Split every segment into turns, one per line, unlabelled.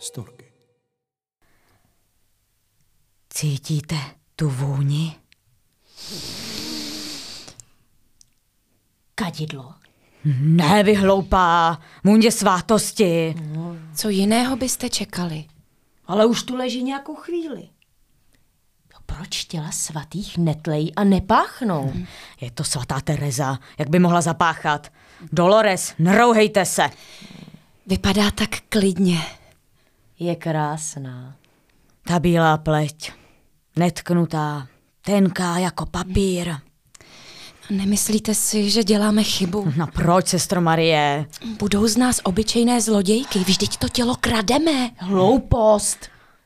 storky.
Cítíte tu vůni?
Kadidlo.
Ne, vy hloupá, mundě svátosti.
Co jiného byste čekali?
Ale už tu leží nějakou chvíli. No proč těla svatých netlejí a nepáchnou?
Je to svatá Tereza, jak by mohla zapáchat. Dolores, nerouhejte se.
Vypadá tak klidně.
Je krásná.
Ta bílá pleť, netknutá, tenká jako papír.
Nemyslíte si, že děláme chybu?
No proč, sestro Marie?
Budou z nás obyčejné zlodějky, vždyť to tělo krademe.
Hloupost.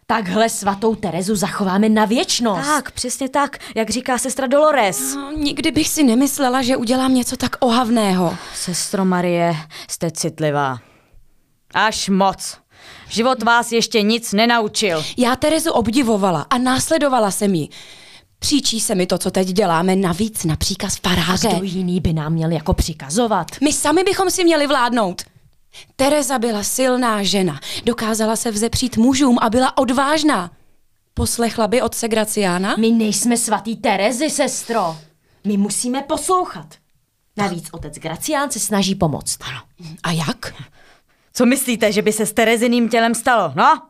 Takhle svatou Terezu zachováme na věčnost.
Tak, přesně tak, jak říká sestra Dolores.
No, nikdy bych si nemyslela, že udělám něco tak ohavného.
Sestro Marie, jste citlivá. Až moc. Život vás ještě nic nenaučil.
Já Terezu obdivovala a následovala jsem ji. Příčí se mi to, co teď děláme, navíc na příkaz faráře.
Kdo jiný by nám měl jako přikazovat?
My sami bychom si měli vládnout. Tereza byla silná žena, dokázala se vzepřít mužům a byla odvážná. Poslechla by otce Graciána?
My nejsme svatý Terezy, sestro. My musíme poslouchat. Navíc otec Gracián se snaží pomoct. Ano.
A jak?
Co myslíte, že by se s Tereziným tělem stalo, no?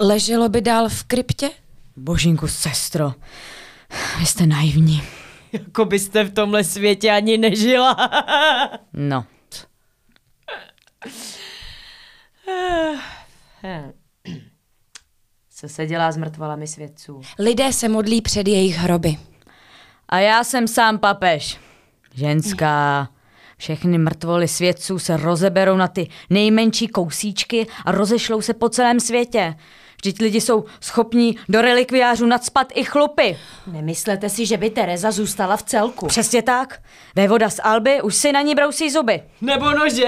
Leželo by dál v kryptě?
Božinku, sestro, vy jste naivní.
Jako byste v tomhle světě ani nežila.
No.
Co se dělá s mrtvalami svědců?
Lidé se modlí před jejich hroby.
A já jsem sám papež. Ženská. Všechny mrtvoly svědců se rozeberou na ty nejmenší kousíčky a rozešlou se po celém světě. Vždyť lidi jsou schopní do relikviářů nadspat i chlupy.
Nemyslete si, že by Tereza zůstala v celku.
Přesně tak. Vévoda z Alby už si na ní brousí zuby.
Nebo nože.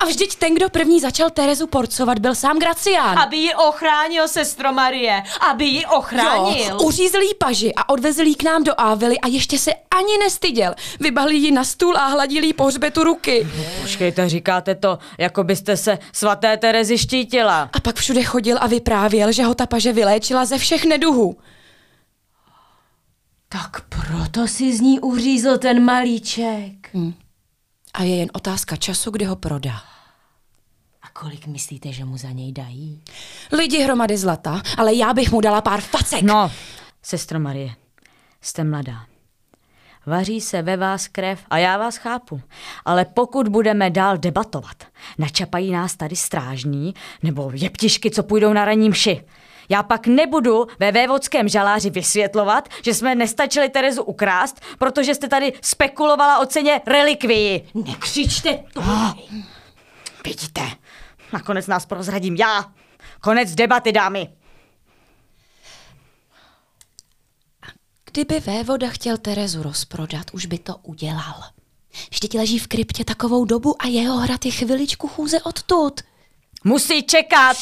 A vždyť ten, kdo první začal Terezu porcovat, byl sám Gracián.
Aby ji ochránil, sestro Marie. Aby ji ochránil.
Jo, uřízl jí paži a odvezl jí k nám do Ávily a ještě se ani nestyděl. Vybahli ji na stůl a hladili jí po hřbetu ruky.
Počkejte, říkáte to, jako byste se svaté Terezy štítila.
A pak všude chodil a vyprávěl, že ho ta paže vyléčila ze všech neduhů.
Tak proto si z ní uřízl ten malíček.
A je jen otázka času, kdy ho prodá.
A kolik myslíte, že mu za něj dají?
Lidi hromady zlata, ale já bych mu dala pár facek.
No, sestro Marie, jste mladá. Vaří se ve vás krev a já vás chápu. Ale pokud budeme dál debatovat, načapají nás tady strážní nebo jeptišky, co půjdou na ranní mši. Já pak nebudu ve vévodském žaláři vysvětlovat, že jsme nestačili Terezu ukrást, protože jste tady spekulovala o ceně relikvii. Ah,
Nekřičte to.
Vidíte, nakonec nás prozradím já. Konec debaty, dámy.
Kdyby vévoda chtěl Terezu rozprodat, už by to udělal. Vždyť leží v kryptě takovou dobu a jeho hrad je chviličku chůze odtud.
Musí čekat!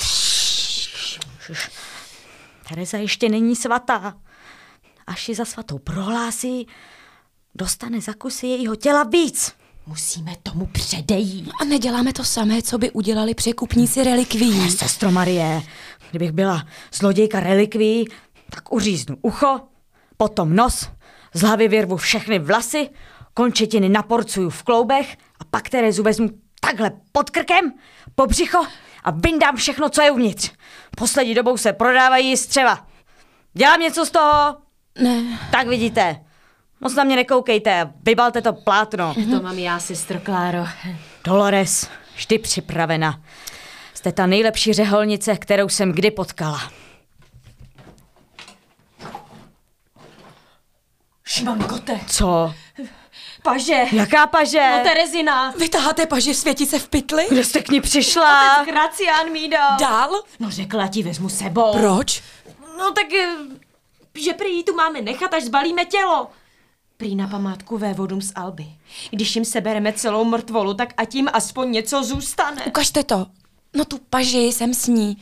Tereza ještě není svatá. Až ji za svatou prohlásí, dostane za kusy jejího těla víc.
Musíme tomu předejít.
A neděláme to samé, co by udělali překupníci relikví.
Sestro Marie, kdybych byla zlodějka relikví, tak uříznu ucho, potom nos, z hlavy vyrvu všechny vlasy, končetiny naporcuju v kloubech a pak Terezu vezmu takhle pod krkem, po břicho a vyndám všechno, co je uvnitř. Poslední dobou se prodávají střeva. Dělám něco z toho?
Ne,
Tak vidíte. Moc na mě nekoukejte, vybalte to plátno.
To mám já, sestro Kláro.
Dolores, vždy připravena. Jste ta nejlepší řeholnice, kterou jsem kdy potkala.
Šmankote.
Co?
Paže.
Jaká paže?
No Terezina.
vytaháte paži světice v pytli?
Kde jste k ní přišla?
No Gracián mi dal.
Dál?
No řekla ti, vezmu sebou.
Proč?
No tak, eh, že prý ji tu máme nechat, až zbalíme tělo. Prý na památku vévodům z Alby. Když jim sebereme celou mrtvolu, tak ať jim aspoň něco zůstane.
Ukažte to. No tu paži, jsem s ní.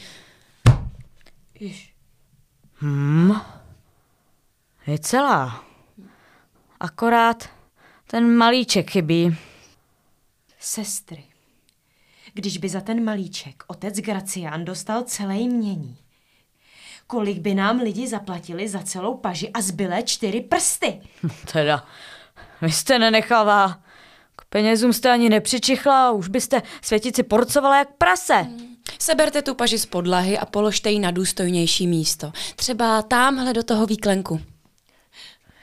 Je celá. Akorát ten malíček chybí.
Sestry, když by za ten malíček otec Gracián dostal celé mění. Kolik by nám lidi zaplatili za celou paži a zbylé čtyři prsty?
Teda, vy jste nenechává. K penězům jste ani nepřičichla, už byste světici porcovala jak prase.
Hmm. Seberte tu paži z podlahy a položte ji na důstojnější místo. Třeba tamhle do toho výklenku.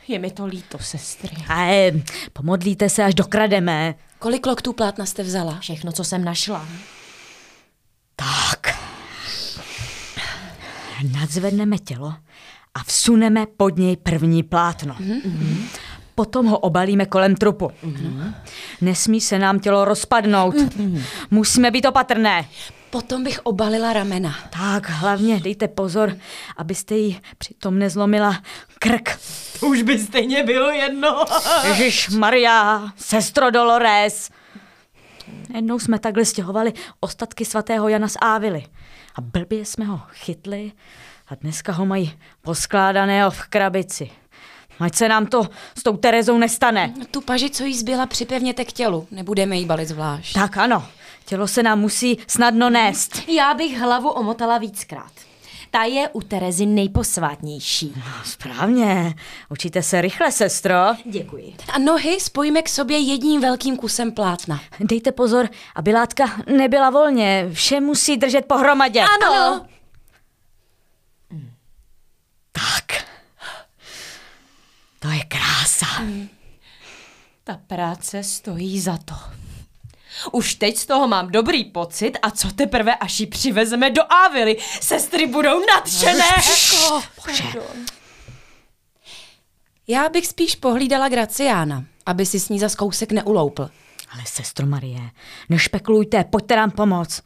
Je mi to líto, sestry.
A eh, pomodlíte se, až dokrademe.
Kolik loktů plátna jste vzala?
Všechno, co jsem našla.
Tak. Nadzvedneme tělo a vsuneme pod něj první plátno. Potom ho obalíme kolem trupu. Nesmí se nám tělo rozpadnout. Musíme být opatrné.
Potom bych obalila ramena.
Tak, hlavně dejte pozor, abyste jí přitom nezlomila krk.
To už by stejně bylo jedno.
Ježíš Maria, sestro Dolores. Jednou jsme takhle stěhovali ostatky svatého Jana z Ávily. A blbě jsme ho chytli a dneska ho mají poskládaného v krabici. Ať se nám to s tou Terezou nestane.
Tu paži, co jí zbyla, připevněte k tělu. Nebudeme jí balit zvlášť.
Tak ano, tělo se nám musí snadno nést.
Já bych hlavu omotala víckrát. Ta je u Terezy nejposvátnější.
No, správně, učíte se rychle, sestro.
Děkuji.
A nohy spojíme k sobě jedním velkým kusem plátna.
Dejte pozor, aby látka nebyla volně. Vše musí držet pohromadě.
Ano.
Tak. To je krása.
Ta práce stojí za to. Už teď z toho mám dobrý pocit a co teprve, až ji přivezeme do Avily. Sestry budou nadšené.
Eko, pardon. Já bych spíš pohlídala Graciána, aby si s ní zas kousek neuloupl.
Ale sestro Marie, nešpekulujte, pojďte nám pomoc.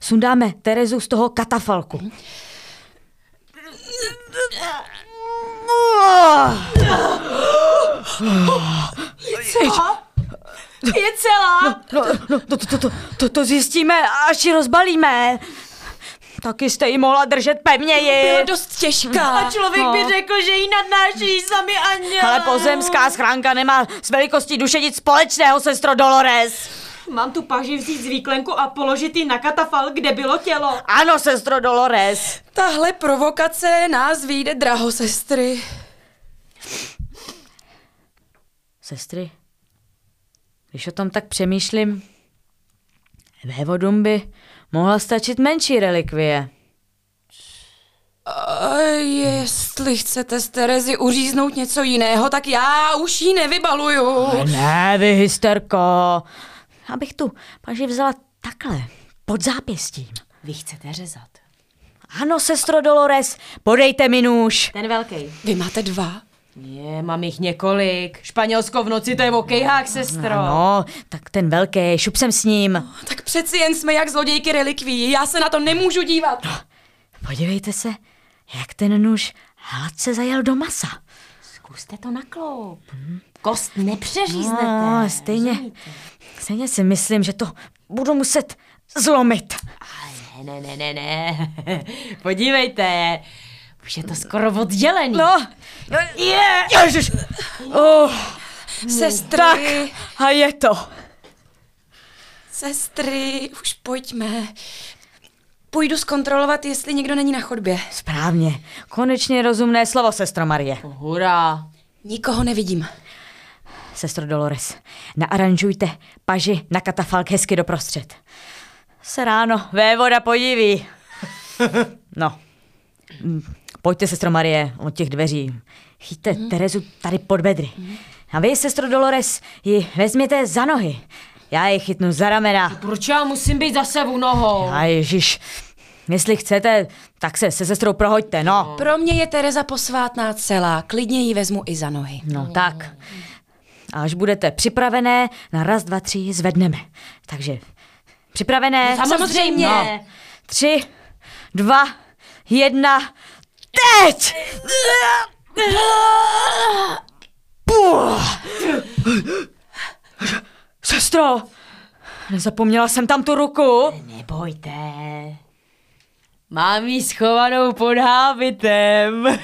Sundáme Terezu z toho katafalku.
Je celá.
No, no, to, to, to, to, to zjistíme, až ji rozbalíme. Taky jste ji mohla držet pevněji.
Byla dost těžká.
A člověk
no.
by řekl, že ji nadnáší sami anděl.
Ale pozemská schránka nemá s velikostí duše nic společného, sestro Dolores.
Mám tu paži vzít z výklenku a položit ji na katafal, kde bylo tělo.
Ano, sestro Dolores.
Tahle provokace nás vyjde draho, sestry.
Sestry, když o tom tak přemýšlím, vévodům by mohla stačit menší relikvie.
A jestli chcete z Terezy uříznout něco jiného, tak já už ji nevybaluju.
Ne, vy hysterko. Abych tu paži vzala takhle, pod zápěstím.
Vy chcete řezat.
Ano, sestro Dolores, podejte mi nůž.
Ten velký.
Vy máte dva?
Je, mám jich několik. Španělsko v noci, to je okejhák, sestro.
Ano, tak ten velký, šup sem s ním.
Tak přeci jen jsme jak zlodějky relikví, já se na to nemůžu dívat.
Podívejte se, jak ten nůž hladce zajel do masa.
Zkuste to na kloup. Kost nepřeříznete.
No, stejně, stejně si myslím, že to budu muset zlomit.
Ale ne, ne, ne, ne. Podívejte. Už je to skoro oddělený.
No, no je. Ježiš. Oh,
Sestry,
tak a je to.
sestry, už pojďme. Půjdu zkontrolovat, jestli někdo není na chodbě.
Správně. Konečně rozumné slovo, sestro Marie.
Hurá.
Nikoho nevidím.
Sestro Dolores, naaranžujte paži na katafalk hezky doprostřed. Se ráno vévoda podiví. No. Mm, Pojďte, sestro Marie, od těch dveří. Chyťte Terezu tady pod bedry. A vy, sestro Dolores, ji vezměte za nohy. Já ji chytnu za ramena.
Proč já musím být zase u nohou?
A ježiš, jestli chcete, tak se se sestrou prohoďte, no.
Pro mě je Tereza posvátná celá, klidně ji vezmu i za nohy.
No tak. A až budete připravené, na raz, dva, tři zvedneme. Takže připravené.
No, samozřejmě.
No. Tři, dva, jedna, teď! Puh! Sestro, nezapomněla jsem tam tu ruku.
Nebojte. Mám ji schovanou pod hábitem.